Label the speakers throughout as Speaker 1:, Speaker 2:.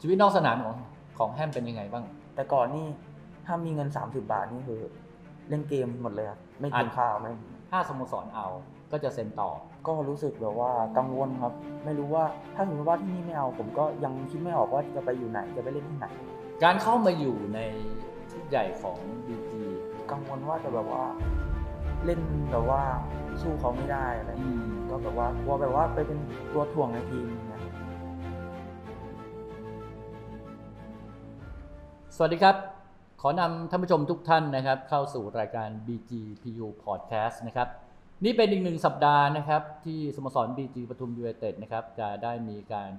Speaker 1: ชีวิตนอกสนามของของแฮมเป็นยังไงบ้าง
Speaker 2: แต่ก่อนนี่ถ้ามีเงิน 30 บาทนี่คือเล่นเกมหมดเลยครับไม่กิน
Speaker 1: อ่ะ
Speaker 2: ข้าวไม่
Speaker 1: ถ้าสโมสรเอาก็จะเซ็นต่อ
Speaker 2: ก็รู้สึกแบบว่ากังวลครับ ไม่รู้ว่าถ้าสมมติว่าที่นี่ไม่เอา ผมก็ยังคิดไม่ออกว่าจะไปอยู่ไหนจะไปเล่นที่ไหน
Speaker 1: การเข้ามาอยู่ในชุดใหญ่ของบีจี
Speaker 2: กังวลว่าจะแบบว่าเล่นแบบว่าสู้เขาไม่ได้อะไรอย่างเงี้ยก็แบบว่ากลัวแบบว่าไปเป็นตัวถ่วงในทีมอย่างเงี้ย
Speaker 1: สวัสดีครับ ขอนำท่านผู้ชมทุกท่านนะครับ เข้าสู่รายการ BGPU Podcast นะครับ นี่เป็นอีกหนึ่งสัปดาห์นะครับ ที่สโมสร BG ปทุมยูไนเต็ดนะครับ จะได้มีการ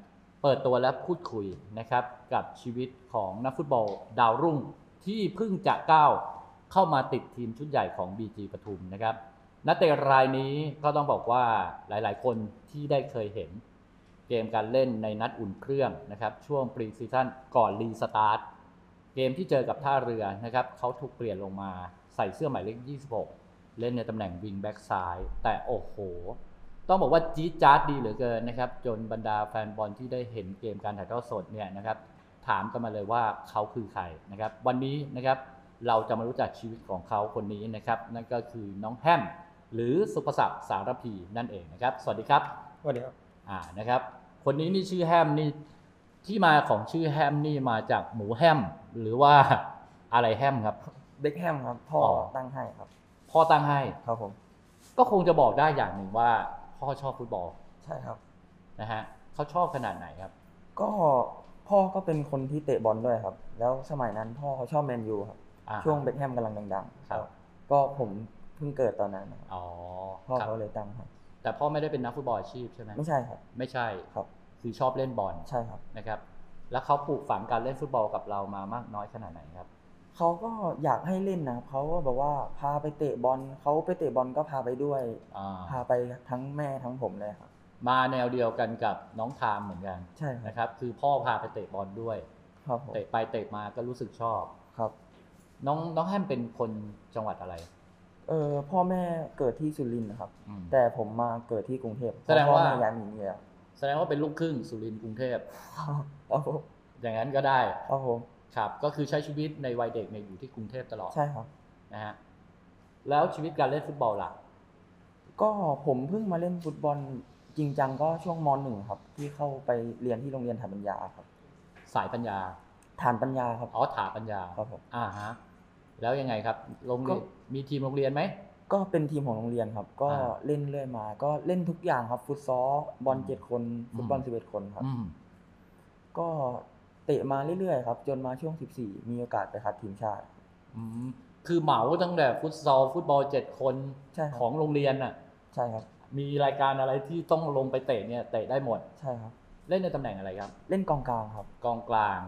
Speaker 1: เปิดตัวและพูดคุยนะครับ กับชีวิตของนักฟุตบอลดาวรุ่งที่เพิ่งจะก้าวเข้ามาติดทีมชุดใหญ่ของ BG ปทุมนะครับ นักเตะรายนี้ก็ต้องบอกว่าหลาย ๆ คนที่ได้เคยเห็น เกมการเล่นในนัดอุ่นเครื่องนะครับ ช่วงปรีซีซั่นก่อนรีสตาร์ท เกมที่เจอกับท่าเรือนะครับเขาถูกเปลี่ยนลงมาใส่เสื้อหมายเลข 26 เล่นในตำแหน่งวิงแบ็กซ้าย แต่โอ้โห ต้องบอกว่าจี๊ดจ๊าดดีเหลือเกินนะครับ จนบรรดาแฟนบอลที่ได้เห็นเกมการถ่ายทอดสดเนี่ยนะครับ ถามกันมาเลยว่าเขาคือใครนะครับ วันนี้นะครับเราจะมารู้จักชีวิตของเขาคนนี้นะครับ นั่นก็คือน้องแฮมหรือสุภศักดิ์สารพีนั่นเองนะครับ สวัสดีครับ
Speaker 3: วันนี้ครับ
Speaker 1: อ่านะครับ คนนี้นี่ชื่อแฮมนี่ที่มาของชื่อแฮมนี่มาจากหมูแฮม หรือว่าอะไรแฮมครับ
Speaker 2: เบคแฮมครับพ่ออ
Speaker 1: อ
Speaker 2: ตั้งให้ครับ
Speaker 1: พ่อตั้งให้
Speaker 2: ครับผม
Speaker 1: ก็คงจะบอกได้อย่างหนึ่งว่าพ่อชอบฟุตบอล
Speaker 2: ใช่ครับ
Speaker 1: นะฮะเขาชอบขนาดไหนครับ
Speaker 2: ก็พ่อก็เป็นคนที่เตะบอลด้วยครับ แล้วสมัยนั้นพ่อเขาชอบแมนยูครับ
Speaker 1: อ่า
Speaker 2: ช่วงเบคแฮมกำลังดังๆ
Speaker 1: ครับ
Speaker 2: ก็ผมเพิ่งเกิดตอนนั้นนะครับ
Speaker 1: อ๋อ
Speaker 2: พ่อ
Speaker 1: ครับ
Speaker 2: เขาเลยตั้งให้
Speaker 1: แต่พ่อไม่ได้เป็นนักฟุตบอลอาชีพใช่ไหม
Speaker 2: ไม่ใช่ครับ
Speaker 1: ไม่ใช่
Speaker 2: ครับ
Speaker 1: คือชอบเล่นบอล
Speaker 2: ใช่ครับ
Speaker 1: นะครับ แล้วเขาปลูกฝังการเล่นฟุตบอลกับเรามามากน้อยขนาดไหนครับ
Speaker 2: เขาก็อยากให้เล่นนะครับเขาก็บอกว่าพาไปเตะบอลเขาไปเตะบอลก็พาไปด้วย
Speaker 1: อ่
Speaker 2: พา
Speaker 1: า
Speaker 2: ไปทั้งแม่ทั้งผมเลยครับ
Speaker 1: มาแนวเดียวกันกับน้องทามเหมือนกัน
Speaker 2: ใช่ครับ
Speaker 1: นะครับ คือพ่อพาไปเตะบอลด้วย
Speaker 2: ครับผม
Speaker 1: เตะไปเตะมาก็รู้สึกชอบ
Speaker 2: ครับ
Speaker 1: น้องน้องแฮมเป็นคนจังหวัดอะไร
Speaker 2: เออพ่อแม่เกิดที่สุรินทร์นะครับ
Speaker 1: อืม
Speaker 2: แต่ผมมาเกิดที่กรุงเทพ
Speaker 1: แสดงว่า
Speaker 2: พ่อแม่ย้ายมาอยู่ นี่แล้ว
Speaker 1: แสดงว่าเป็นลูกครึ่งสุรินทร์กรุงเทพ
Speaker 2: ครับผม
Speaker 1: อย่างนั้นก็ได้
Speaker 2: ครับผม
Speaker 1: ครับ ก็คือใช้ชีวิตในวัยเด็กเนี่ยอยู่ที่กรุงเทพตลอด
Speaker 2: ใช่ครับ
Speaker 1: นะฮะแล้วชีวิตการเล่นฟุตบอลล่ะ
Speaker 2: ก็ผมเพิ่งมาเล่นฟุตบอลจริงจังก็ช่วงมหนึ่งครับ ที่เข้าไปเรียนที่โรงเรียนฐานปัญญาครับ
Speaker 1: สายปัญญา
Speaker 2: ฐานปัญญาครับ
Speaker 1: อ๋อถาปัญญา
Speaker 2: ครับผม
Speaker 1: อ่าฮะแล้วยังไงครับโรงเรียนมีทีมโรงเรียนไหม
Speaker 2: ก็เป็นทีมของโรงเรียนครับ ก็
Speaker 1: อ่า
Speaker 2: เล่นเรื่อยมา ก็เล่นทุกอย่างครับฟุตซอลบอล
Speaker 1: อืม
Speaker 2: เจ็ดคนฟุตบอล
Speaker 1: อืม
Speaker 2: สิบเอ็ดคนครับ
Speaker 1: อืม
Speaker 2: ก็เตะมาเรื่อยๆครับ จนมาช่วงสิบสี่มีโอกาสไปคัดทีมชาติ
Speaker 1: อืมคือเหมาตั้งแต่ฟุตซอลฟุตบอลเจ็ดคน
Speaker 2: ใช่ครับ
Speaker 1: ของโรงเรียนน่ะ
Speaker 2: ใช่ครับ
Speaker 1: มีรายการอะไรที่ต้องลงไปเตะเนี่ยเตะได้หมด
Speaker 2: ใช่ครับ
Speaker 1: เล่นในตำแหน่งอะไรครับ
Speaker 2: เล่นกองกลางครับ
Speaker 1: กองกลาง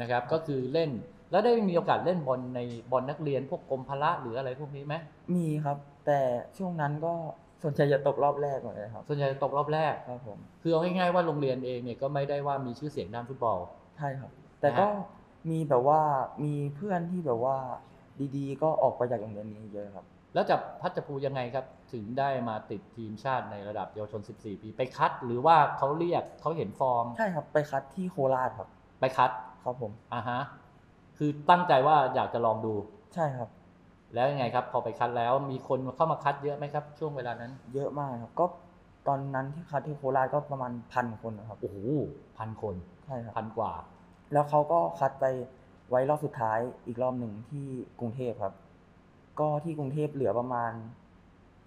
Speaker 1: นะครับก็คือเล่นแล้วได้มีโอกาสเล่นบอลในบอลนักเรียนพวกกรมพละหรืออะไรพวกนี้ไหม
Speaker 2: มีครับ แต่ช่วงนั้นก็ส่วนใหญ่จะตกรอบแรกหมดเลยครับ
Speaker 1: ส่วนใหญ่ตกรอบแรก
Speaker 2: ครับผม
Speaker 1: คือเอาง่ายๆว่าโรงเรียนเองเนี่ยก็ไม่ได้ว่ามีชื่อเสียงด้านฟุตบอล
Speaker 2: ใช่ครับ แต่ก็
Speaker 1: นะฮ
Speaker 2: มีแบบว่ามีเพื่อนที่แบบว่าดีๆ ก็ออกไปจากโรงเรียนนี้เยอะครับ
Speaker 1: แล้วจับพัชภูยังไงครับ ถึงได้มาติดทีมชาติในระดับเยาวชน 14 ปี ไปคัดหรือว่าเขาเรียกเขาเห็นฟอร์ม
Speaker 2: ใช่ครับ ไปคัดที่โคราชครับ
Speaker 1: ไปคัด
Speaker 2: ครับผม
Speaker 1: อ่าฮะคือตั้งใจว่าอยากจะลองดู
Speaker 2: ใช่ครับ
Speaker 1: แล้วยังไงครับ พอไปคัดแล้วมีคนเข้ามาคัดเยอะไหมครับ ช่วงเวลานั้น
Speaker 2: เยอะมากครับ ก็ตอนนั้นที่คัดที่โคราชก็ประมาณพันคนนะครับ
Speaker 1: โอ้โหพันคน
Speaker 2: ใช่ครับ
Speaker 1: พันกว่า
Speaker 2: แล้วเขาก็คัดไปไว้รอบสุดท้ายอีกรอบหนึ่งที่กรุงเทพครับ ก็ที่กรุงเทพเหลือประมาณ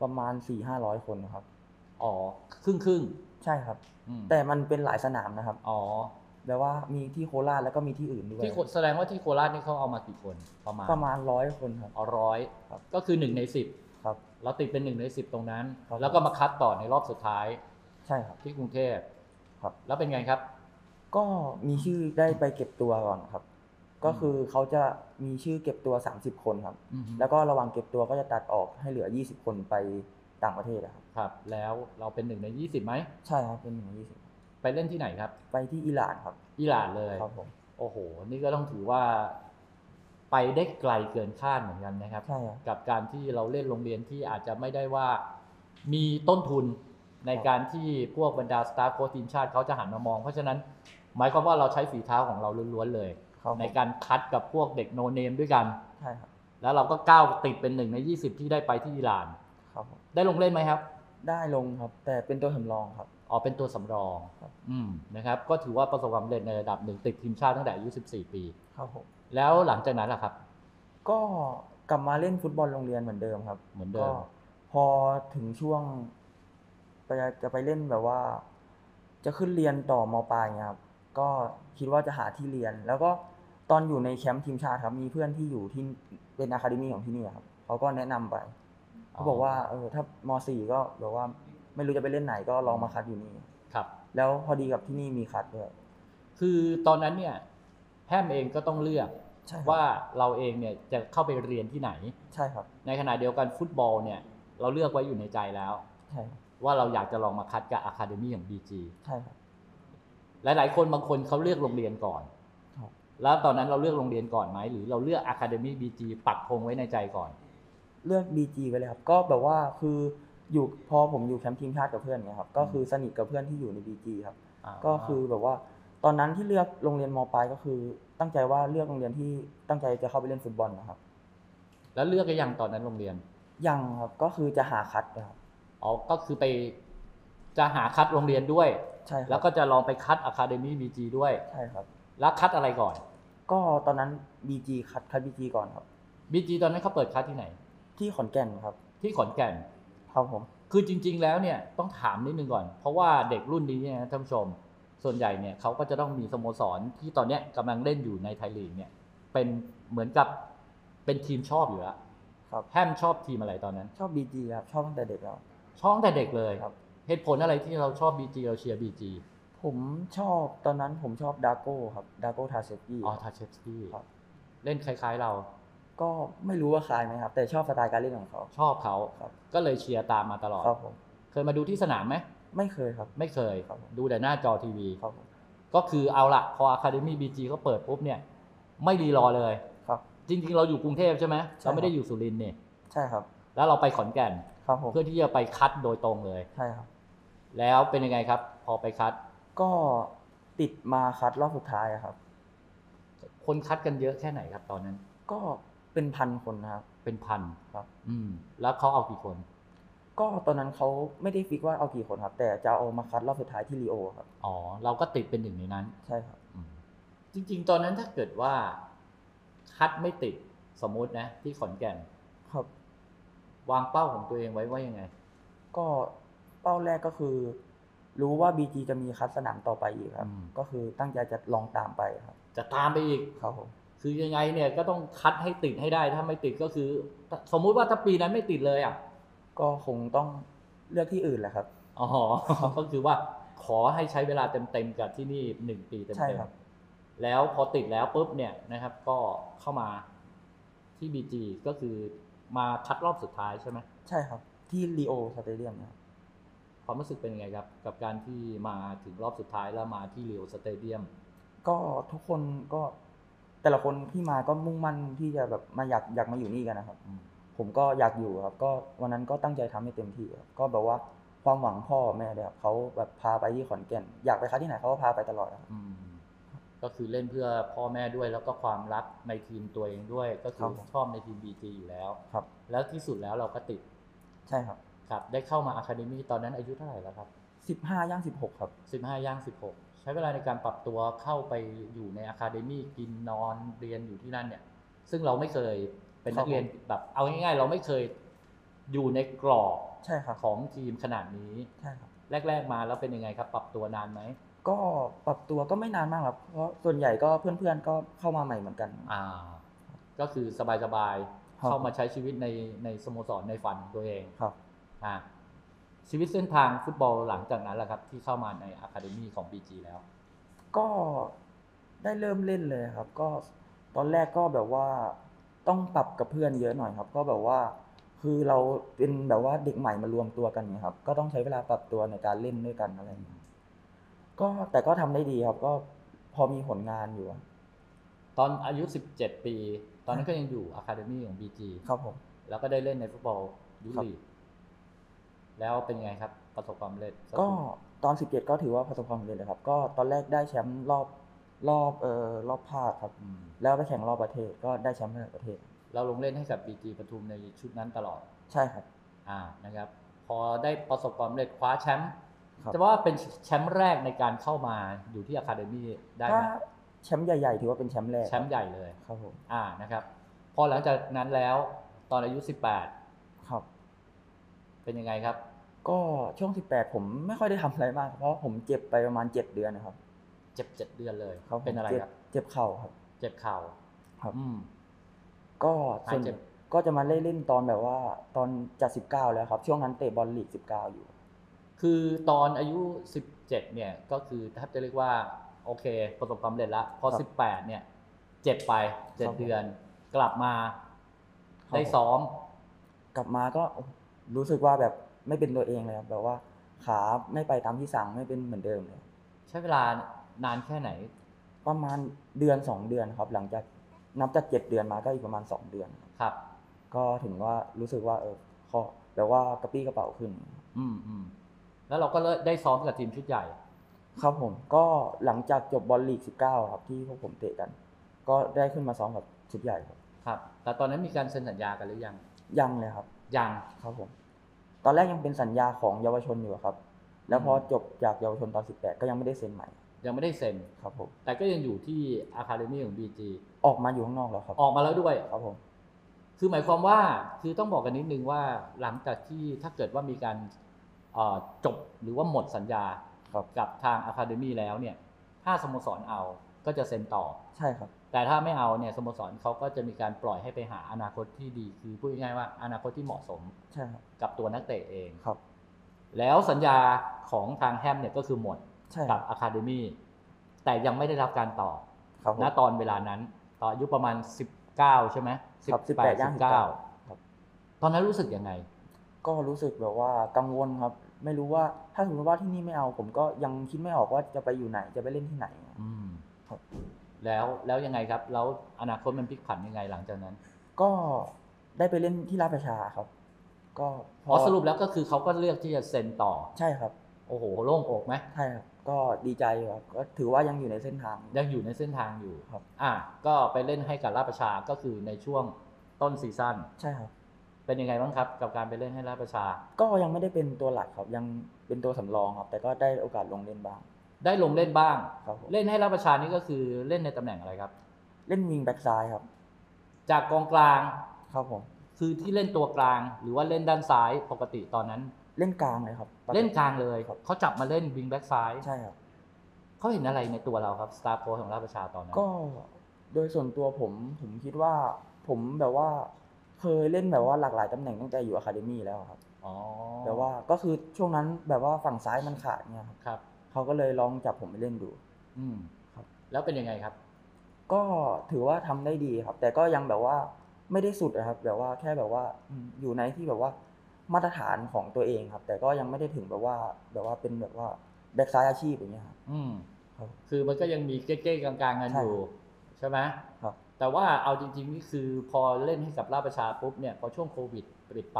Speaker 2: ประมาณสี่ห้าร้อยคนครับ
Speaker 1: อ๋อครึ่งครึ่ง
Speaker 2: ใช่ครับ
Speaker 1: ๆอืม
Speaker 2: แต่มันเป็นหลายสนามนะครับ
Speaker 1: อ๋อ
Speaker 2: แปลว่ามีที่โคราชแล้วก็มีที่อื่นด้วย
Speaker 1: ที่โคแสดงว่าที่โคราชนี่เขาเอามากี่คนประมาณ
Speaker 2: ประมาณร้อยคนครับ
Speaker 1: อ๋อร้อย
Speaker 2: ครับ
Speaker 1: ก็คือหนึ่งในสิบ
Speaker 2: ครับ
Speaker 1: เราติดเป็นหนึ่งในสิบตรงนั้น
Speaker 2: ครับ
Speaker 1: แล้วก็มาคัดต่อในรอบสุดท้าย
Speaker 2: ใช่ครับ
Speaker 1: ที่กรุงเทพ
Speaker 2: ครับ
Speaker 1: แล้วเป็นไงครับ
Speaker 2: ก็มีชื่อได้ไปเก็บตัวก่อนครับ ก็คือเขาจะมีชื่อเก็บตัว 30 คนครับ
Speaker 1: อืม
Speaker 2: แล้วก็ระหว่างเก็บตัวก็จะตัดออกให้เหลือ 20 คนไปต่างประเทศอะครับ
Speaker 1: ครับ แล้วเราเป็นหนึ่งในยี่สิบไหม
Speaker 2: ใช่ครับเป็นหนึ่งในยี่สิบ
Speaker 1: ไปเล่นที่ไหนครับ
Speaker 2: ไปที่อิหร่านครับ
Speaker 1: อิหร่านเลย
Speaker 2: ครับผม
Speaker 1: โอ้โห นี่ก็ต้องถือว่า ไปได้ไกลเกินคาดเหมือนกันนะครับ
Speaker 2: ใช่ครับ
Speaker 1: กับการที่เราเล่นโรงเรียนที่อาจจะไม่ได้ว่ามีต้นทุนใน
Speaker 2: ครับ
Speaker 1: การที่พวกบรรดาสตาฟโค้ชทีมชาติเขาจะหันมามอง เพราะฉะนั้น หมายความว่าเราใช้ฝีเท้าของเราล้วนๆเลย
Speaker 2: ครับผม
Speaker 1: ในการคัดกับพวกเด็กโนเนมด้วยกัน
Speaker 2: ใช่ครับ
Speaker 1: แล้วเราก็ก้าวติดเป็นหนึ่งใน 20 ที่ได้ไปที่อิหร่าน
Speaker 2: ครับผม
Speaker 1: ได้ลงเล่นไหมครับ
Speaker 2: ได้ลงครับ แต่เป็นตัวสำรองครับ
Speaker 1: ออกเป็นตัวสำรอง
Speaker 2: ครับ
Speaker 1: อืมนะครับ ก็ถือว่าประสบความสำเร็จในระดับหนึ่งติดทีมชาติตั้งแต่อายุ 14 ปี
Speaker 2: ครับผม
Speaker 1: แล้วหลังจากนั้นล่ะครับ
Speaker 2: ก็กลับมาเล่นฟุตบอลโรงเรียนเหมือนเดิมครับ
Speaker 1: เหมือนเดิ
Speaker 2: ก็
Speaker 1: ม
Speaker 2: พอถึงช่วงไปจะไปเล่นแบบว่า จะขึ้นเรียนต่อมปลายเนี่ยครับก็คิดว่าจะหาที่เรียน แล้วก็ตอนอยู่ในแคมป์ทีมชาติครับมีเพื่อนที่อยู่ที่เป็นอะคาเดมีของที่นี่ครับเขาก็แนะนำไปเขาบอกว่าเออถ้ามสี่ก็แบบว่าไม่รู้จะไปเล่นไหนก็ลองมาคัดอยู่นี่
Speaker 1: ครับ
Speaker 2: แล้วพอดีกับที่นี่มีคัดด้วย
Speaker 1: คือตอนนั้นเนี่ยแพมเองก็ต้องเลือก
Speaker 2: ใช่ครับ
Speaker 1: ว่าเราเองเนี่ยจะเข้าไปเรียนที่ไหน
Speaker 2: ใช่ครับ
Speaker 1: ในขณะเดียวกันฟุตบอลเนี่ยเราเลือกไว้อยู่ในใจแล้ว
Speaker 2: ใช่ครับ
Speaker 1: ว่าเราอยากจะลองมาคัดกับอะคาเดมี่ของ BG
Speaker 2: ใช่ครับ
Speaker 1: หลายๆคนบางคนเขาเลือกโรงเรียนก่อน
Speaker 2: ครับ
Speaker 1: แล้วตอนนั้นเราเลือกโรงเรียนก่อนไหม หรือเราเลือกอะคาเดมี่ BG ปักธงไว้ในใจก่อน
Speaker 2: เลือก BG ไปเลยครับ ก็แบบว่าคืออยู่พอผมอยู่แคมป์ทีมชาติกับเพื่อนเนี่ยครับก็คือสนิทกับเพื่อนที่อยู่ใน BG ครับ ก็คือแบบว่าตอนนั้นที่เลือกโรงเรียนมปลายก็คือ ตั้งใจว่าเลือกโรงเรียนที่ตั้งใจจะเข้าไปเล่นฟุตบอลนะครับ
Speaker 1: แล้วเลือกก็ยังตอนนั้นโรงเรียน
Speaker 2: ยังครับก็คือจะหาคัดนะครับ
Speaker 1: อ๋อ ก็คือไปจะหาคัดโรงเรียนด้วย
Speaker 2: ใช่ครับ
Speaker 1: แล้วก็จะลองไปคัดอะคาเดมี่ BG ด้วย
Speaker 2: ใช่ครับ
Speaker 1: แล้วคัดอะไรก่อน
Speaker 2: ก็ตอนนั้น BG คัดคัด BG ก่อนครับ
Speaker 1: BG ตอนนั้นเขาเปิดคัดที่ไหน
Speaker 2: ที่ขอนแก่นครับ
Speaker 1: ที่ขอนแก่น
Speaker 2: ครับผม
Speaker 1: คือจริง ๆ แล้วเนี่ยต้องถามนิดนึงก่อน เพราะว่าเด็กรุ่นนี้เนี่ยนะท่านผู้ชม ส่วนใหญ่เนี่ยเขาก็จะต้องมีสโมสรที่ตอนเนี้ยกำลังเล่นอยู่ในไทยลีกเนี่ย เป็นเหมือนกับเป็นทีมชอบอยู่แล้ว
Speaker 2: ครับ
Speaker 1: แฮมชอบทีมอะไรตอนนั้น
Speaker 2: ชอบ BG ครับชอบตั้งแต่เด็กแล้ว
Speaker 1: ชอบตั้งแต่เด็กเลย
Speaker 2: ครับ
Speaker 1: เหตุผลอะไรที่เราชอบบีจีเราเชียร์บีจี
Speaker 2: ผมชอบตอนนั้นผมชอบดาโก้ครับดาโก้ทาเซกี้
Speaker 1: อ๋อทาเชฟสกี้
Speaker 2: ครับ
Speaker 1: เล่นคล้าย ๆ เรา
Speaker 2: ก็ไม่รู้ว่าคลายไหมครับ แต่ชอบสไตล์การเล่นของเขา
Speaker 1: ชอบเขา
Speaker 2: ครับ
Speaker 1: ก็เลยเชียร์ตามมาตลอด
Speaker 2: ครับผม
Speaker 1: เคยมาดูที่สนามไหม
Speaker 2: ไม่เคยครับ
Speaker 1: ไม่เคย
Speaker 2: ครับผม
Speaker 1: ดูแต่หน้าจอทีวี
Speaker 2: ครับผม
Speaker 1: ก็คือเอาละพออะคาเดมี่บีจีเขาเปิดปุ๊บเนี่ย ไม่รีรอเลย
Speaker 2: ครับ
Speaker 1: จริงๆ เราอยู่กรุงเทพใช่ไหม
Speaker 2: ใช่ครั
Speaker 1: เรา
Speaker 2: บ
Speaker 1: ไม่ได้อยู่สุรินทร์นี่
Speaker 2: ใช่ครับ
Speaker 1: แล้วเราไปขอนแก่น
Speaker 2: ครับผม
Speaker 1: เพื่อที่จะไปคัดโดยตรงเลย
Speaker 2: ใช่ครับ
Speaker 1: แล้วเป็นยังไงครับ พอไปคัด
Speaker 2: ก็ติดมาคัดรอบสุดท้ายอะครับ
Speaker 1: คนคัดกันเยอะแค่ไหนครับตอนนั้น
Speaker 2: ก็เป็นพันคนนะครับ
Speaker 1: เป็นพัน
Speaker 2: ครับ
Speaker 1: อืม แล้วเขาเอากี่คน
Speaker 2: ก็ตอนนั้นเขาไม่ได้ฟิกว่าเอากี่คนครับ แต่จะเอามาคัดรอบสุดท้ายที่รีโอครับ
Speaker 1: อ๋อ เราก็ติดเป็นหนึ่งในนั้น
Speaker 2: ใช่ครับ
Speaker 1: อืมจริง ๆ ตอนนั้นถ้าเกิดว่า คัดไม่ติดสมมตินะ ที่ขอนแก่น
Speaker 2: ครับ
Speaker 1: วางเป้าของตัวเองไว้ว่ายังไง
Speaker 2: ก็เป้าแรกก็คือ รู้ว่า BG จะมีคัดสนามต่อไปอีกครับ
Speaker 1: อืม
Speaker 2: ก็คือตั้งใจจะลองตามไปครับ
Speaker 1: จะตามไปอีก
Speaker 2: ครับผม
Speaker 1: คือยังไงเนี่ยก็ต้องคัดให้ติดให้ได้ ถ้าไม่ติดก็คือ สมมุติว่าถ้าปีนั้นไม่ติดเลยอ่ะ
Speaker 2: ก็คงต้องเลือกที่อื่นแหละครับ
Speaker 1: อ๋อ ก็คือว่าขอให้ใช้เวลาเต็มๆกับที่นี่หนึ่งปีเต็มๆ
Speaker 2: ใช่ครับ
Speaker 1: แล้วพอติดแล้วปุ๊บเนี่ยนะครับ ก็เข้ามาที่ BG ก็คือมาคัดรอบสุดท้ายใช่ไหม
Speaker 2: ใช่ครับ ที่รีโอสเตเดียมนะครับ
Speaker 1: ความรู้สึกเป็นยังไงครับ กับการที่มาถึงรอบสุดท้ายแล้วมาที่เรียวสเตเดียม
Speaker 2: ก็ทุกคนก็แต่ละคนที่มาก็มุ่งมั่นที่จะแบบมาอยากอยากมาอยู่นี่กันนะครับ ผมก็อยากอยู่ครับ ก็วันนั้นก็ตั้งใจทำให้เต็มที่ครับก็แบบว่าความหวังพ่อแม่เนี่ยครับเขาแบบพาไปที่ขอนแก่น อยากไปคัดที่ไหนเขาก็พาไปตลอดครับ
Speaker 1: อืมก็คือเล่นเพื่อพ่อแม่ด้วยแล้วก็ความรักในทีมตัวเองด้วย ก็คื
Speaker 2: ครั
Speaker 1: อบ
Speaker 2: ผม
Speaker 1: ชอบในทีม BG อยู่แล้ว
Speaker 2: ครับ
Speaker 1: แล้วที่สุดแล้วเราก็ติด
Speaker 2: ใช่ครับ
Speaker 1: ครับ ได้เข้ามาอะคาเดมีตอนนั้นอายุเท่าไหร่แล้วครับ
Speaker 2: สิบห้าย่างสิบหกครับ
Speaker 1: สิบห้าย่างสิบหกใช้เวลาในการปรับตัวเข้าไปอยู่ในอะคาเดมี่กินนอนเรียนอยู่ที่นั่นเนี่ย ซึ่งเราไม่เคยเป็นนักเรียนแบบ เอาง่ายๆ เราไม่เคยอยู่ในกรอบ
Speaker 2: ใช่ครับ
Speaker 1: ของทีมขนาดนี้
Speaker 2: ใช่ครับ
Speaker 1: แรก ๆ มาแล้วเป็นยังไงครับ ปรับตัวนานไหม
Speaker 2: ก็ปรับตัวก็ไม่นานมากครับ เพราะส่วนใหญ่ก็เพื่อนๆก็เข้ามาใหม่เหมือนกัน
Speaker 1: อ่า ก็คือสบายๆ
Speaker 2: ครับ
Speaker 1: เข้ามาใช้ชีวิตในในสโมสรในฝันของตัวเอง
Speaker 2: ครับ
Speaker 1: อ่าชีวิตเส้นทางฟุตบอลหลังจากนั้นแหละครับที่เข้ามาในอะคาเดมี่ของ BG แล้ว
Speaker 2: ก็ได้เริ่มเล่นเลยครับ ก็ตอนแรกก็แบบว่าต้องปรับกับเพื่อนเยอะหน่อยครับ ก็แบบว่า คือเราเป็นแบบว่าเด็กใหม่มารวมตัวกันเนี่ยครับ ก็ต้องใช้เวลาปรับตัวในการเล่นด้วยกันอะไรอย่างเงี้ยก็แต่ก็ทำได้ดีครับ ก็พอมีผลงานอยู่อะ
Speaker 1: ตอนอายุ 17 ปี ตอนนั้นก็ยังอยู่อะคาเดมี่ของ BG
Speaker 2: ครับผม
Speaker 1: แล้วก็ได้เล่นในฟุตบอลยุ
Speaker 2: ครับ
Speaker 1: ลีกแล้วเป็นยังไงครับ ประสบความสำเร็จ
Speaker 2: ก็ ตอน 17 ก็ถือว่าประสบความสำเร็จเลยครับ ก็ตอนแรกได้แชมป์รอบรอบเอ่อรอบภาคครับ
Speaker 1: อืม
Speaker 2: แล้วไปแข่งรอบประเทศก็ได้แชมป์ระดับประเทศ
Speaker 1: เราลงเล่นให้กับบีจีปทุมในชุดนั้นตลอด
Speaker 2: ใช่ครับ
Speaker 1: อ่านะครับ พอได้ประสบความสำเร็จคว้าแชมป์
Speaker 2: ครับ
Speaker 1: จะว่าเป็นแชมป์แรกในการเข้ามาอยู่ที่อะคาเดมี่ได้ไห
Speaker 2: ถ้าม แชมป์ใหญ่ๆถือว่าเป็นแชมป์แรก
Speaker 1: แชมป์ใหญ่เลย
Speaker 2: ครับผม
Speaker 1: อ่านะครับ พอหลังจากนั้นแล้วตอนอายุ 18
Speaker 2: ครับ
Speaker 1: เป็นยังไงครับ
Speaker 2: ก็ช่วง 18 ผมไม่ค่อยได้ทำอะไรมากครับเพราะผมเจ็บไปประมาณ 7 เดือนนะครับ
Speaker 1: เจ็บเจ็ดเดือนเลย
Speaker 2: ครับผม
Speaker 1: เป็นอะไร
Speaker 2: จ็
Speaker 1: ครับ
Speaker 2: เจ็บเข่าครับ
Speaker 1: เจ็บเข่า
Speaker 2: ครับ
Speaker 1: อืม
Speaker 2: ก็
Speaker 1: หาย
Speaker 2: ส่วน
Speaker 1: เจ็บ
Speaker 2: ก็จะมาเล่นเล่นตอนแบบว่า ตอนจัด 19 แล้วครับ ช่วงนั้นเตะบอลลีก 19 อยู่
Speaker 1: คือตอนอายุ 17 เนี่ย ก็คือแทบจะเรียกว่า โอเค ประสบความสำเร็จละพอ
Speaker 2: ครับ
Speaker 1: 18 เนี่ย เจ็บไป
Speaker 2: ครับผม
Speaker 1: 7 เดือน กลับมา
Speaker 2: ครับ
Speaker 1: ได้ซ้อม
Speaker 2: กลับมาก็รู้สึกว่าแบบไม่เป็นตัวเองเลยครับแบบว่าขาไม่ไปตามที่สั่งไม่เป็นเหมือนเดิมเลย
Speaker 1: ใช้เวลานานแค่ไหน
Speaker 2: ประมาณเดือนสองเดือนครับ หลังจากนับจากเจ็ดเดือนมาก็อีกประมาณสองเดือนครับ
Speaker 1: ครับ
Speaker 2: ก็ถึงว่ารู้สึกว่าเออข้อแบบว่ากระปี้กระเป๋าขึ้น
Speaker 1: อืมอืมแล้วเราก็เลยได้ซ้อมกับทีมชุดใหญ่
Speaker 2: ครับผมก็หลังจากจบบอลลีก 19 ครับที่พวกผมเตะกัน ก็ได้ขึ้นมาซ้อมกับชุดใหญ่ครับ
Speaker 1: ครับ แต่ตอนนั้นมีการเซ็นสัญญากันหรือยัง
Speaker 2: ยังเลยครับ
Speaker 1: ยัง
Speaker 2: ครับผม ตอนแรกยังเป็นสัญญาของเยาวชนอยู่ครับ แล้วพอจบจากเยาวชนตอน 18 ก็ยังไม่ได้เซ็นใหม่
Speaker 1: ยังไม่ได้เซ็น
Speaker 2: ครับผม
Speaker 1: แต่ก็ยังอยู่ที่อะคาเดมี่ของ BG
Speaker 2: ออกมาอยู่ข้างนอกแล้วครับ
Speaker 1: ออกมาแล้วด้วย
Speaker 2: ครับผม
Speaker 1: คือหมายความว่าคือต้องบอกกันนิดนึงว่าหลังจากที่ถ้าเกิดว่ามีการเอ่อจบหรือว่าหมดสัญญา
Speaker 2: ครับ
Speaker 1: กับทาง Academy แล้วเนี่ยถ้าสโมสรเอาก็จะเซ็นต่อ
Speaker 2: ใช่ครับ
Speaker 1: แต่ถ้าไม่เอาเนี่ยสโมสรเขาก็จะมีการปล่อยให้ไปหาอนาคตที่ดีคือพูดง่ายๆว่าอนาคตที่เหมาะสม
Speaker 2: ใช่ครับ
Speaker 1: กับตัวนักเตะเอง
Speaker 2: ครับ
Speaker 1: แล้วสัญญาของทางแฮมเนี่ยก็คือหมด
Speaker 2: ใช่ค
Speaker 1: กั
Speaker 2: รั
Speaker 1: บบ อะคาเดมี่แต่ยังไม่ได้รับการต่อ
Speaker 2: ครับผม
Speaker 1: ณตอนเวลานั้นตอนอายุประมาณ 19 ใช่ไหม
Speaker 2: ครับ18ย่าง19ครับ
Speaker 1: ตอนนั้นรู้สึกยังไง
Speaker 2: ก็รู้สึกแบบว่ากังวลครับ ไม่รู้ว่าถ้าสมมติว่าที่นี่ไม่เอา ผมก็ยังคิดไม่ออกว่าจะไปอยู่ไหนจะไปเล่นที่ไหน
Speaker 1: อืม
Speaker 2: ครับ
Speaker 1: แล้วแล้วยังไงครับ แล้วอนาคตมันพลิกผันยังไงหลังจากนั้น
Speaker 2: ก็ได้ไปเล่นที่ราชประชาครับ ก็พ
Speaker 1: อ๋อสรุปแล้วก็คือเขาก็เลือกที่จะเซ็นต่อ
Speaker 2: ใช่ครับ
Speaker 1: โอ้โหโล่งอกไหม
Speaker 2: ใช่ครับก็ดีใจอยู่ครับก็ถือว่ายังอยู่ในเส้นทาง
Speaker 1: ยังอยู่ในเส้นทางอยู่
Speaker 2: ครับ
Speaker 1: อ่ะก็ไปเล่นให้กับราชประชาก็คือในช่วงต้นซีซั่น
Speaker 2: ใช่ครับ
Speaker 1: เป็นยังไงบ้างครับ กับการไปเล่นให้ราชประชา
Speaker 2: ก็ยังไม่ได้เป็นตัวหลักครับ ยังเป็นตัวสำรองครับ แต่ก็ได้โอกาสลงเล่นบ้าง
Speaker 1: ได้ลงเล่นบ้าง
Speaker 2: ครับผม
Speaker 1: เล่นให้ราชประชานี่ก็คือเล่นในตำแหน่งอะไรครับ
Speaker 2: เล่นวิงแบ็กซ้ายครับ
Speaker 1: จากกองกลาง
Speaker 2: ครับผม
Speaker 1: คือที่เล่นตัวกลาง หรือว่าเล่นด้านซ้ายปกติตอนนั้น
Speaker 2: เล่นกลางเลยครับปติ
Speaker 1: เล่นกลางเลย
Speaker 2: ครับ
Speaker 1: เขาจับมาเล่นวิงแบ็กซ้าย
Speaker 2: ใช่ครับ
Speaker 1: เขาเห็นอะไรในตัวเราครับสตาร์โค้ชของราชประชาตอนนั้น
Speaker 2: ก็โดยส่วนตัวผมผมคิดว่าผมแบบว่าเคยเล่นแบบว่าหลากหลายตำแหน่งตั้งแต่อยู่อะคาเดมี่แล้วครับ
Speaker 1: อ๋อ
Speaker 2: แต่ว่าก็คือช่วงนั้นแบบว่าฝั่งซ้ายมันขาดเนี่ยครับ
Speaker 1: ครับ
Speaker 2: เขาก็เลยลองจับผมไปเล่นดู
Speaker 1: อืม
Speaker 2: ครับ
Speaker 1: แล้วเป็นยังไงครับ
Speaker 2: ก็ถือว่าทำได้ดีครับ แต่ก็ยังแบบว่าไม่ได้สุดนะครับ แบบว่าแค่แบบว่าอืมอยู่ในที่แบบว่ามาตรฐานของตัวเองครับ แต่ก็ยังไม่ได้ถึงแบบว่าแบบว่าเป็นแบบว่าแบ็กซ้ายอาชีพอย่างเงี้ยครับ
Speaker 1: อืม
Speaker 2: ครับ
Speaker 1: คือมันก็ยังมีเก๊ๆกลางๆกัน
Speaker 2: ใช่
Speaker 1: อยู่ใช่ไหม
Speaker 2: ครับ
Speaker 1: แต่ว่าเอาจริงๆนี่คือพอเล่นให้กับราชประชาปุ๊บเนี่ยพอช่วงโควิดปิดไป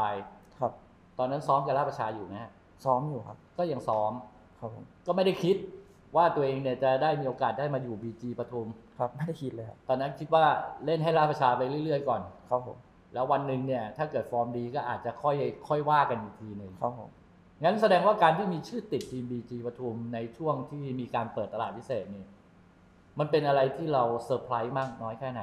Speaker 2: ครับ
Speaker 1: ตอนนั้นซ้อมกับราชประชาอยู่นะฮะ
Speaker 2: ซ้อมอยู่ครับ
Speaker 1: ก็ยังซ้อม
Speaker 2: ครับผม
Speaker 1: ก็ไม่ได้คิดว่าตัวเองเนี่ยจะได้มีโอกาสได้มาอยู่บีจีปทุม
Speaker 2: ครับไม่ได้คิดเลยครับ
Speaker 1: ตอนนั้นคิดว่าเล่นให้ราชประชาไปเรื่อยๆก่อน
Speaker 2: ครับผม
Speaker 1: แล้ววันหนึ่งเนี่ยถ้าเกิดฟอร์มดีก็อาจจะค่อยค่อยว่ากันอีกทีหนึ่ง
Speaker 2: ครับผม
Speaker 1: งั้นแสดงว่าการที่มีชื่อติดทีมบีจีปทุมในช่วงที่มีการเปิดตลาดพิเศษนี่ มันเป็นอะไรที่เราเซอร์ไพรส์มากน้อยแค่ไหน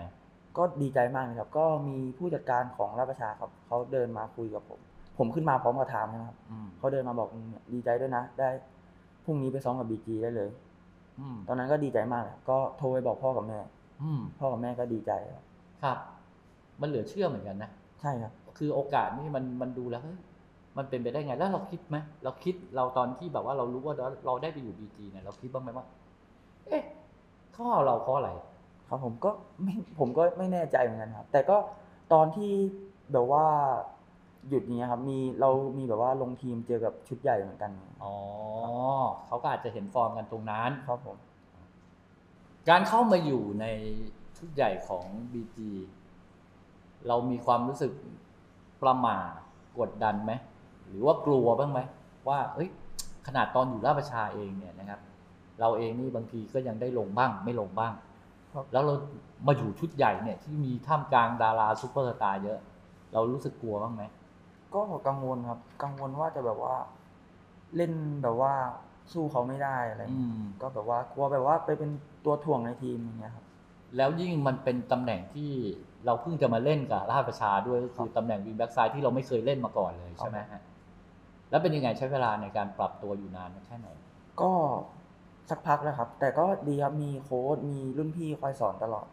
Speaker 2: ก็ดีใจมากเลยครับ ก็มีผู้จัดการของราชประชาครับเขาเดินมาคุยกับผม ผมขึ้นมาพร้อมกับไทามนะครับ
Speaker 1: อืม
Speaker 2: เขาเดินมาบอกเนี่ยดีใจด้วยนะ ได้พรุ่งนี้ไปซ้อมกับบีจีได้เลย
Speaker 1: อืม
Speaker 2: ตอนนั้นก็ดีใจมากเลยครับก็โทรไปบอกพ่อกับแม่
Speaker 1: อืม
Speaker 2: พ่อกับแม่ก็ดีใจครับ
Speaker 1: ครับ มันเหลือเชื่อเหมือนกันนะ
Speaker 2: ใช่ครับ
Speaker 1: คือโอกาสนี่มันมันดูแล้วเฮ้ยมันเป็นไปได้ไง แล้วเราคิดไหมเราคิดเราตอนที่แบบว่าเรารู้ว่าเราเราได้ไปอยู่บีจีเนี่ยเราคิดบ้างไหมว่า เอ๊ะเขาเอาเราเพราะอะไร
Speaker 2: ครับผมก็ ไม่ผมก็ไม่แน่ใจเหมือนกันครับ แต่ก็ตอนที่แบบว่าหยุดนี้ยครับมีเรามีแบบว่าลงทีมเจอกับชุดใหญ่เหมือนกัน
Speaker 1: อ๋อเขาก็อาจจะเห็นฟอร์มกันตรงนั้น
Speaker 2: ครับผม
Speaker 1: การเข้ามาอยู่ในชุดใหญ่ของ BG เรามีความรู้สึกประหม่ากดดันไหม หรือว่ากลัวบ้างไหม ว่าเอ้ย ข ขนาดตอนอยู่ราชประชาเองเนี่ยนะครับ เราเองนี่บางทีก็ยังได้ลงบ้าง ไม่ลงบ้าง
Speaker 2: ครับ
Speaker 1: แล้วเรามาอยู่ชุดใหญ่เนี่ยที่มีท่ามกลางดาราซุปเปอร์สตาร์เยอะ เรารู้สึกกลัวบ้างไหม
Speaker 2: ก็กังวลครับ กังวลว่าจะแบบว่า เล่นแบบว่าสู้เขาไม่ได้อะไร
Speaker 1: อื
Speaker 2: เงี้ย
Speaker 1: ม
Speaker 2: ก็แบบว่ากลัวแบบว่าไปเป็นตัวถ่วงในทีมอย่างเงี้ยครับ
Speaker 1: แล้วยิ่งมันเป็นตำแหน่งที่เราเพิ่งจะมาเล่นกับราชประชาด้วยก็คือตำแหน่งวิงแบ็กซ้ายที่เราไม่เคยเล่นมาก่อนเลยใช่ไหมฮะแล้วเป็นยังไงใช้เวลาในการปรับตัวอยู่นานแค่ไหน
Speaker 2: ก็สักพักแล้วครับ แต่ก็ดีครับมีโค้ดมีรุ่นพี่คอยสอนตลอด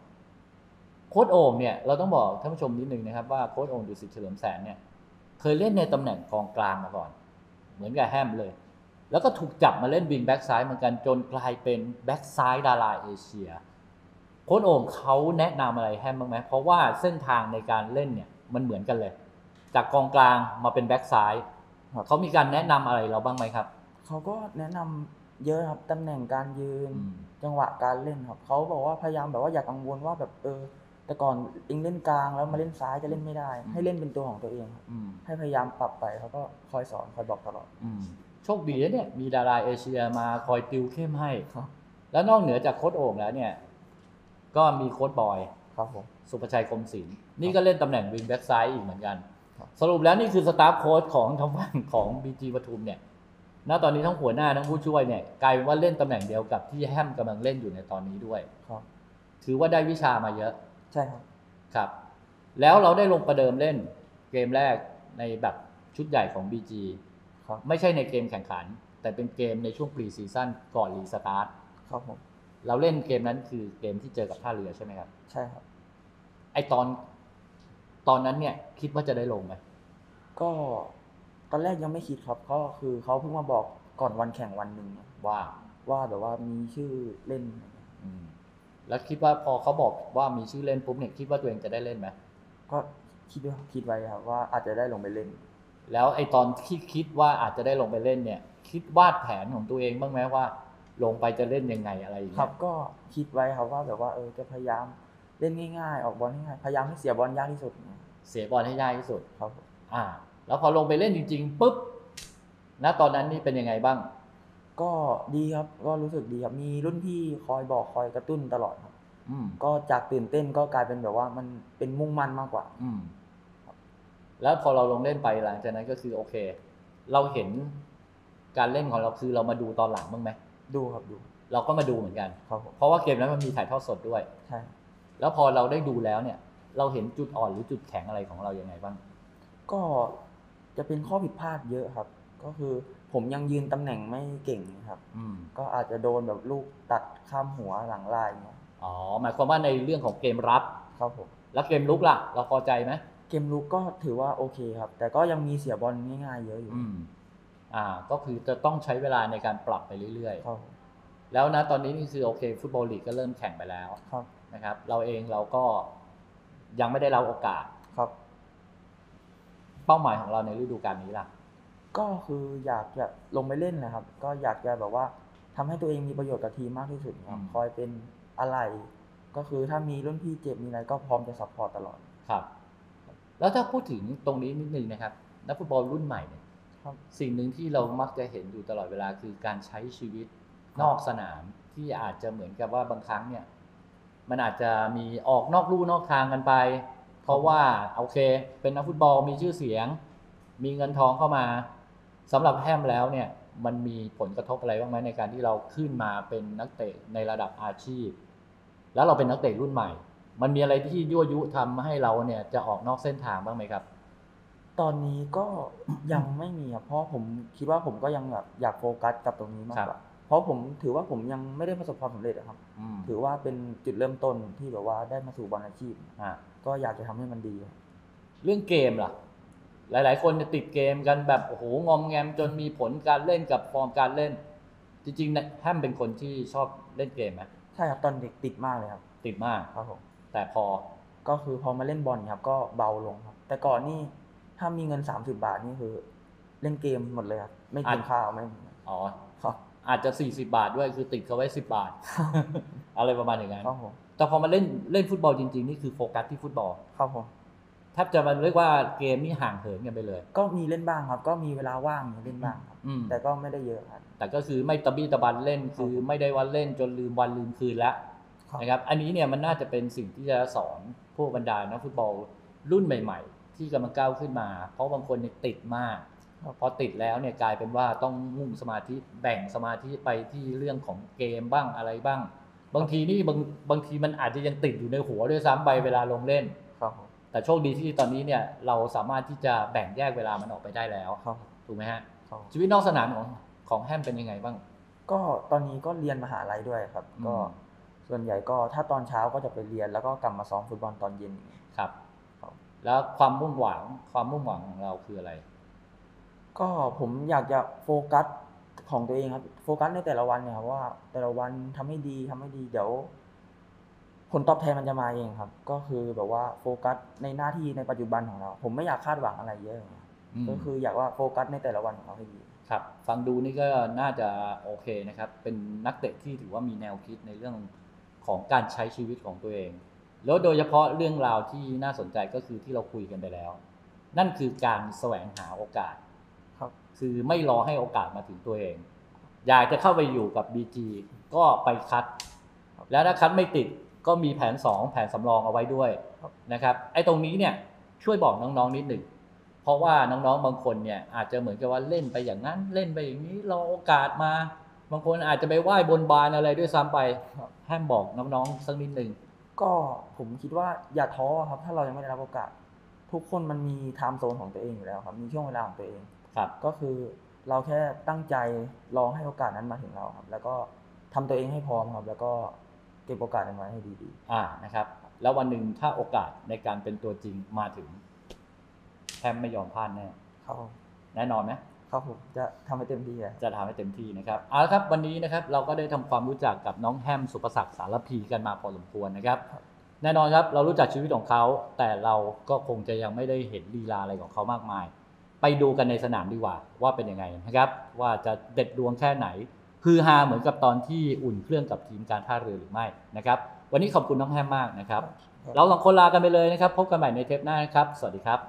Speaker 1: โค้ดโอมเนี่ยเราต้องบอกท่านผู้ชมนิดนึงนะครับว่าโค้ดโอมดุสิตเฉลิมแสนเนี่ยเคยเล่นในตำแหน่งกองกลางมาก่อน เหมือนกับแฮมเลย แล้วก็ถูกจับมาเล่นวิงแบ็กซ้ายเหมือนกันจนกลายเป็นแบ็กซ้ายดาราเอเชียโค้ดโอมเขาแนะนำอะไรแฮมบ้างไหมเพราะว่าเส้นทางในการเล่นเนี่ยมันเหมือนกันเลย จากกองกลางมาเป็นแบ็กซ้าย
Speaker 2: ครับ
Speaker 1: เขามีการแนะนำอะไรเราบ้างไหมครับ
Speaker 2: เขาก็แนะนำเยอะครับตำแหน่งการยืน
Speaker 1: อืม
Speaker 2: จังหวะการเล่นครับเขาบอกว่าพยายามแบบว่าอย่ากังวลว่าแบบเออ แต่ก่อนเองเล่นกลางแล้วมาเล่นซ้ายจะเล่นไม่ได้
Speaker 1: อืม
Speaker 2: ให้เล่นเป็นตัวของตัวเองครับ
Speaker 1: อืม
Speaker 2: ให้พยายามปรับไปเขาก็คอยสอนคอยบอกตลอด
Speaker 1: อืมโชคดีนะเนี่ยมีดาราเอเชียมาคอยติวเข้มให้
Speaker 2: ครับ
Speaker 1: แล้วนอกเหนือจากโค้ดโอ่งแล้วเนี่ย ก็มีโค้ดบอย
Speaker 2: ครับผม
Speaker 1: สุภชัยคมศิลป์นี่ก็เล่นตำแหน่งวิงแบ็กซ้ายอีกเหมือนกัน
Speaker 2: ครับ
Speaker 1: สรุปแล้วนี่คือสตาฟโค้ชของทางฝั่ง ของบีจีปทุมเนี่ยณตอนนี้ทั้งหัวหน้าทั้งผู้ช่วยเนี่ยกลายเป็นว่าเล่นตำแหน่งเดียวกับที่แฮมกำลังเล่นอยู่ในตอนนี้ด้วย
Speaker 2: ครับ
Speaker 1: ถือว่าได้วิชามาเยอะ
Speaker 2: ใช่ครับ
Speaker 1: ครับ แล้วเราได้ลงประเดิมเล่นเกมแรกในแบบชุดใหญ่ของ BG
Speaker 2: ครับ
Speaker 1: ไม่ใช่ในเกมแข่งขัน แต่เป็นเกมในช่วงปรีซีซั่นก่อนลีสตาร์ท
Speaker 2: ครับผม
Speaker 1: เราเล่นเกมนั้นคือเกมที่เจอกับท่าเรือใช่ไหมครับ
Speaker 2: ใช่ครับ
Speaker 1: ไอตอนตอนนั้นเนี่ยคิดว่าจะได้ลงไหม
Speaker 2: ก็ตอนแรกยังไม่คิดครับก็คือเขาเพิ่งมาบอกก่อนวันแข่งวันหนึ่งเนี่ย
Speaker 1: ว่า
Speaker 2: ว่าแบบว่ามีชื่อเล่นอะไรเงี้ย
Speaker 1: อืมแล้วคิดว่าพอเขาบอกว่ามีชื่อเล่นปุ๊บเนี่ยคิดว่าตัวเองจะได้เล่นไหม
Speaker 2: ก็คิดด้วยคิดไว้ครับว่าอาจจะได้ลงไปเล่น
Speaker 1: แล้วไอตอนที่คิดว่าอาจจะได้ลงไปเล่นเนี่ย คิดวาดแผนของตัวเองบ้างไหมว่า ลงไปจะเล่นยังไงอะไรอย่าง
Speaker 2: ครั
Speaker 1: เงี้
Speaker 2: บ
Speaker 1: ย
Speaker 2: ก็คิดไว้ครับว่าแบบว่าเออจะพยายามเล่นง่ายๆ ออกบอลง่ายๆพยายามให้เสียบอลยากที่สุดเนี่ย
Speaker 1: เสียบอลให้ยากที่สุด
Speaker 2: ครับผม
Speaker 1: อ่าแล้วพอลงไปเล่นจริงๆปุ๊บณตอนนั้นนี่เป็นยังไงบ้าง
Speaker 2: ก็ดีครับก็รู้สึกดีครับมีรุ่นพี่คอยบอกคอยกระตุ้นตลอดครับ
Speaker 1: อืม
Speaker 2: ก็จากตื่นเต้นก็กลายเป็นแบบว่ามันเป็นมุ่งมั่นมากกว่า
Speaker 1: อืมแล้วพอเราลงเล่นไปหลังจากนั้นก็คือโอเค เราเห็นการเล่นของเราคือเรามาดูตอนหลังบ้างไหม
Speaker 2: ดูครับดู
Speaker 1: เราก็มาดูเหมือนกัน
Speaker 2: ครับผม
Speaker 1: เพราะว่าเกมนั้นมันมีถ่ายทอดสดด้วย
Speaker 2: ใช่
Speaker 1: แล้วพอเราได้ดูแล้วเนี่ย เราเห็นจุดอ่อนหรือจุดแข็งอะไรของเรายังไงบ้าง
Speaker 2: ก็จะเป็นข้อผิดพลาดเยอะครับ ก็คือผมยังยืนตำแหน่งไม่เก่งครับ
Speaker 1: อืม
Speaker 2: ก็อาจจะโดนแบบลูกตัดข้ามหัวหลังลายเนี่ย
Speaker 1: อ๋อหมายความว่าในเรื่องของเกมรับ
Speaker 2: ครับผม
Speaker 1: แล้วเกมลุกล่ะ เราพอใจไหม
Speaker 2: เกมลุกก็ถือว่าโอเคครับ แต่ก็ยังมีเสียบอลง่ายๆเยอะอยู่
Speaker 1: อืม อ่า ก็คือจะต้องใช้เวลาในการปรับไปเรื่อยๆ
Speaker 2: ครับผม
Speaker 1: แล้วนะตอนนี้นี่คือโอเค ฟุตบอลลีกก็เริ่มแข่งไปแล้ว
Speaker 2: ครับ
Speaker 1: นะครับ เราเองเราก็ยังไม่ได้รับโอกาส
Speaker 2: ครับ
Speaker 1: เป้าหมายของเราในฤดูกาลนี้ล่ะ
Speaker 2: ก็คืออยากจะลงไปเล่นนะครับ ก็อยากจะแบบว่าทำให้ตัวเองมีประโยชน์กับทีมมากที่สุดครับ
Speaker 1: อืม
Speaker 2: คอยเป็นอะไร ก็คือถ้ามีรุ่นพี่เจ็บมีอะไรก็พร้อมจะซัพพอร์ตตลอด
Speaker 1: ครับ แล้วถ้าพูดถึงตรงนี้นิดนึงนะครับ นักฟุตบอลรุ่นใหม่เนี่ย
Speaker 2: ครับ
Speaker 1: สิ่งหนึ่งที่เรามักจะเห็นอยู่ตลอดเวลาคือการใช้ชีวิตนอกสนามที่อาจจะเหมือนกับว่าบางครั้งเนี่ย มันอาจจะมีออกนอกลู่นอกทางกันไป เพราะว่าโอเค เป็นนักฟุตบอลมีชื่อเสียง มีเงินทองเข้ามาสำหรับแฮมแล้วเนี่ย มันมีผลกระทบอะไรบ้างไหมในการที่เราขึ้นมาเป็นนักเตะในระดับอาชีพ แล้วเราเป็นนักเตะรุ่นใหม่ มันมีอะไรที่ยั่วยุทำให้เราเนี่ยจะออกนอกเส้นทางบ้างไหมครับ
Speaker 2: ตอนนี้ก็ ยังไม่มีครับเพราะผมคิดว่าผมก็ยังแบบอยากโฟกัสกับตรงนี้มากกว่าเพราะผมถือว่าผมยังไม่ได้ประสบความสำเร็จอะครับ
Speaker 1: อืม
Speaker 2: ถือว่าเป็นจุดเริ่มต้นที่แบบว่าได้มาสู่บอลอาชีพ
Speaker 1: อ่ะ
Speaker 2: ก็อยากจะทำให้มันดีครับ
Speaker 1: เรื่องเกมล่ะ หลาย ๆ คนเนี่ยติดเกมกันแบบโอ้โหงอมแงมจนมีผลการเล่นกับฟอร์มการเล่น จริงๆนะแฮมเป็นคนที่ชอบเล่นเกมไหม
Speaker 2: ใช่ครับตอนเด็กติดมากเลยครับ
Speaker 1: ติดมาก
Speaker 2: ครับผม
Speaker 1: แต่พอ
Speaker 2: ก็คือพอมาเล่นบอลเนี่ยครับก็เบาลงครับ แต่ก่อนนี่ถ้ามีเงิน 30 บาทนี่คือ เล่นเกมหมดเลยครับไม่กินข้าวไม่
Speaker 1: อ๋อ
Speaker 2: ครับ
Speaker 1: อาจจะ 40 บาทด้วยคือติดเขาไว้ 10 บาท อะไรประมาณอย่างนั้น
Speaker 2: ครับผม
Speaker 1: แต่พอมาเล่นเล่นฟุตบอลจริง ๆ นี่คือโฟกัสที่ฟุตบอล
Speaker 2: ครับผม
Speaker 1: แทบจะมันเรียกว่าเกมนี่ห่างเหินกันไปเลย
Speaker 2: ก็มีเล่นบ้างครับ ก็มีเวลาว่างเล่นบ้างครับ
Speaker 1: อืม
Speaker 2: แต่ก็ไม่ได้เยอะครับ
Speaker 1: แต่ก็คือไม่ตะบี้ตะบันเล่นคือไม่ได้วันเล่นจนลืมวันลืมคืนละ
Speaker 2: ครับ
Speaker 1: นะครับ อันนี้เนี่ยมันน่าจะเป็นสิ่งที่จะสอนพวกบรรดานักฟุตบอลรุ่นใหม่ ๆ ที่กำลังก้าวขึ้นมา เพราะบางคนเนี่ยติดมาก
Speaker 2: ครับ
Speaker 1: พอติดแล้วเนี่ยกลายเป็นว่าต้องมุ่งสมาธิแบ่งสมาธิไปที่เรื่องของเกมบ้างอะไรบ้าง บางทีนี่บางบางทีมันอาจจะยังติดอยู่ในหัวด้วยซ้ำไปเวลาลงเล่น
Speaker 2: ครับผม
Speaker 1: แต่โชคดีที่ตอนนี้เนี่ยเราสามารถที่จะแบ่งแยกเวลามันออกไปได้แล้ว
Speaker 2: ครับผม
Speaker 1: ถูกไหมฮะ
Speaker 2: ครับผม
Speaker 1: ชีวิตนอกสนามของของแฮมเป็นยังไงบ้าง
Speaker 2: ก็ตอนนี้ก็เรียนมหาลัยด้วยครับ ก็
Speaker 1: อืม
Speaker 2: ส่วนใหญ่ก็ถ้าตอนเช้าก็จะไปเรียน แล้วก็กลับมาซ้อมฟุตบอลตอนเย็น
Speaker 1: ครับ
Speaker 2: ครับ
Speaker 1: แล้วความมุ่งหวังความมุ่งหวังของเราคืออะไร
Speaker 2: ก็ผมอยากจะโฟกัสของตัวเองครับ โฟกัสในแต่ละวันเนี่ยครับว่าแต่ละวันทำให้ดีทำให้ดีเดี๋ยว ผลตอบแทนมันจะมาเองครับ ก็คือแบบว่าโฟกัสในหน้าที่ในปัจจุบันของเรา ผมไม่อยากคาดหวังอะไรเยอะอย่างเงี้ย
Speaker 1: อืม
Speaker 2: ก็คืออยากว่าโฟกัสในแต่ละวันของเราให้ดี
Speaker 1: ครับ ฟังดูนี่ก็น่าจะโอเคนะครับ เป็นนักเตะที่ถือว่ามีแนวคิดในเรื่องของการใช้ชีวิตของตัวเอง แล้วโดยเฉพาะเรื่องราวที่น่าสนใจก็คือที่เราคุยกันไปแล้ว นั่นคือการแสวงหาโอกาส
Speaker 2: ครับ
Speaker 1: คือไม่รอให้โอกาสมาถึงตัวเอง อยากจะเข้าไปอยู่กับ BG ก็ไปคัด แล้วถ้าคัดไม่ติดก็มีแผน 2 แผนสำรองเอาไว้ด้วย
Speaker 2: ครับ
Speaker 1: นะครับ ไอ้ตรงนี้เนี่ยช่วยบอกน้องๆนิดหนึ่ง เพราะว่าน้องๆบางคนเนี่ยอาจจะเหมือนกับว่าเล่นไปอย่างนั้นเล่นไปอย่างนี้รอโอกาสมา บางคนอาจจะไปไหว้บนบานอะไรด้วยซ้ำไป
Speaker 2: ครับ
Speaker 1: แฮมบอกน้องๆสักนิดหนึ่ง
Speaker 2: ก็ผมคิดว่าอย่าท้อครับ ถ้าเรายังไม่ได้รับโอกาส ทุกคนมันมีไทม์โซนของตัวเองอยู่แล้วครับ มีช่วงเวลาของตัวเอง
Speaker 1: ครับ
Speaker 2: ก็คือเราแค่ตั้งใจรอให้โอกาสนั้นมาถึงเราครับ แล้วก็ทำตัวเองให้พร้อมครับ แล้วก็เก็บโอกาสนั้นไว้ให้ดี
Speaker 1: อ่านะครับ แล้ววันหนึ่งถ้าโอกาสในการเป็นตัวจริงมาถึงแฮมไม่ยอมพลาดแน่
Speaker 2: ๆครับผม
Speaker 1: แน่นอนไหม
Speaker 2: ครับผมจะทำให้เต็มที่เลยครับ
Speaker 1: จะทำให้เต็มที่นะครับเอาละครับวันนี้นะครับเราก็ได้ทำความรู้จักกับน้องแฮมสุประศักดิ์สารพีกันมาพอสมควรนะครับ แน่นอนครับเรารู้จักชีวิตของเขา แต่เราก็คงจะยังไม่ได้เห็นลีลาอะไรของเขามากมาย ไปดูกันในสนามดีกว่าว่าเป็นยังไงนะครับ ว่าจะเด็ดดวงแค่ไหนคือฮาเหมือนกับตอนที่อุ่นเครื่องกับทีมการท่าเรือหรือไม่นะครับวันนี้ขอบคุณน้องแฮมมากนะครับ เราสองคนลากันไปเลยนะครับ พบกันใหม่ในเทปหน้านะครับ สวัสดีครับ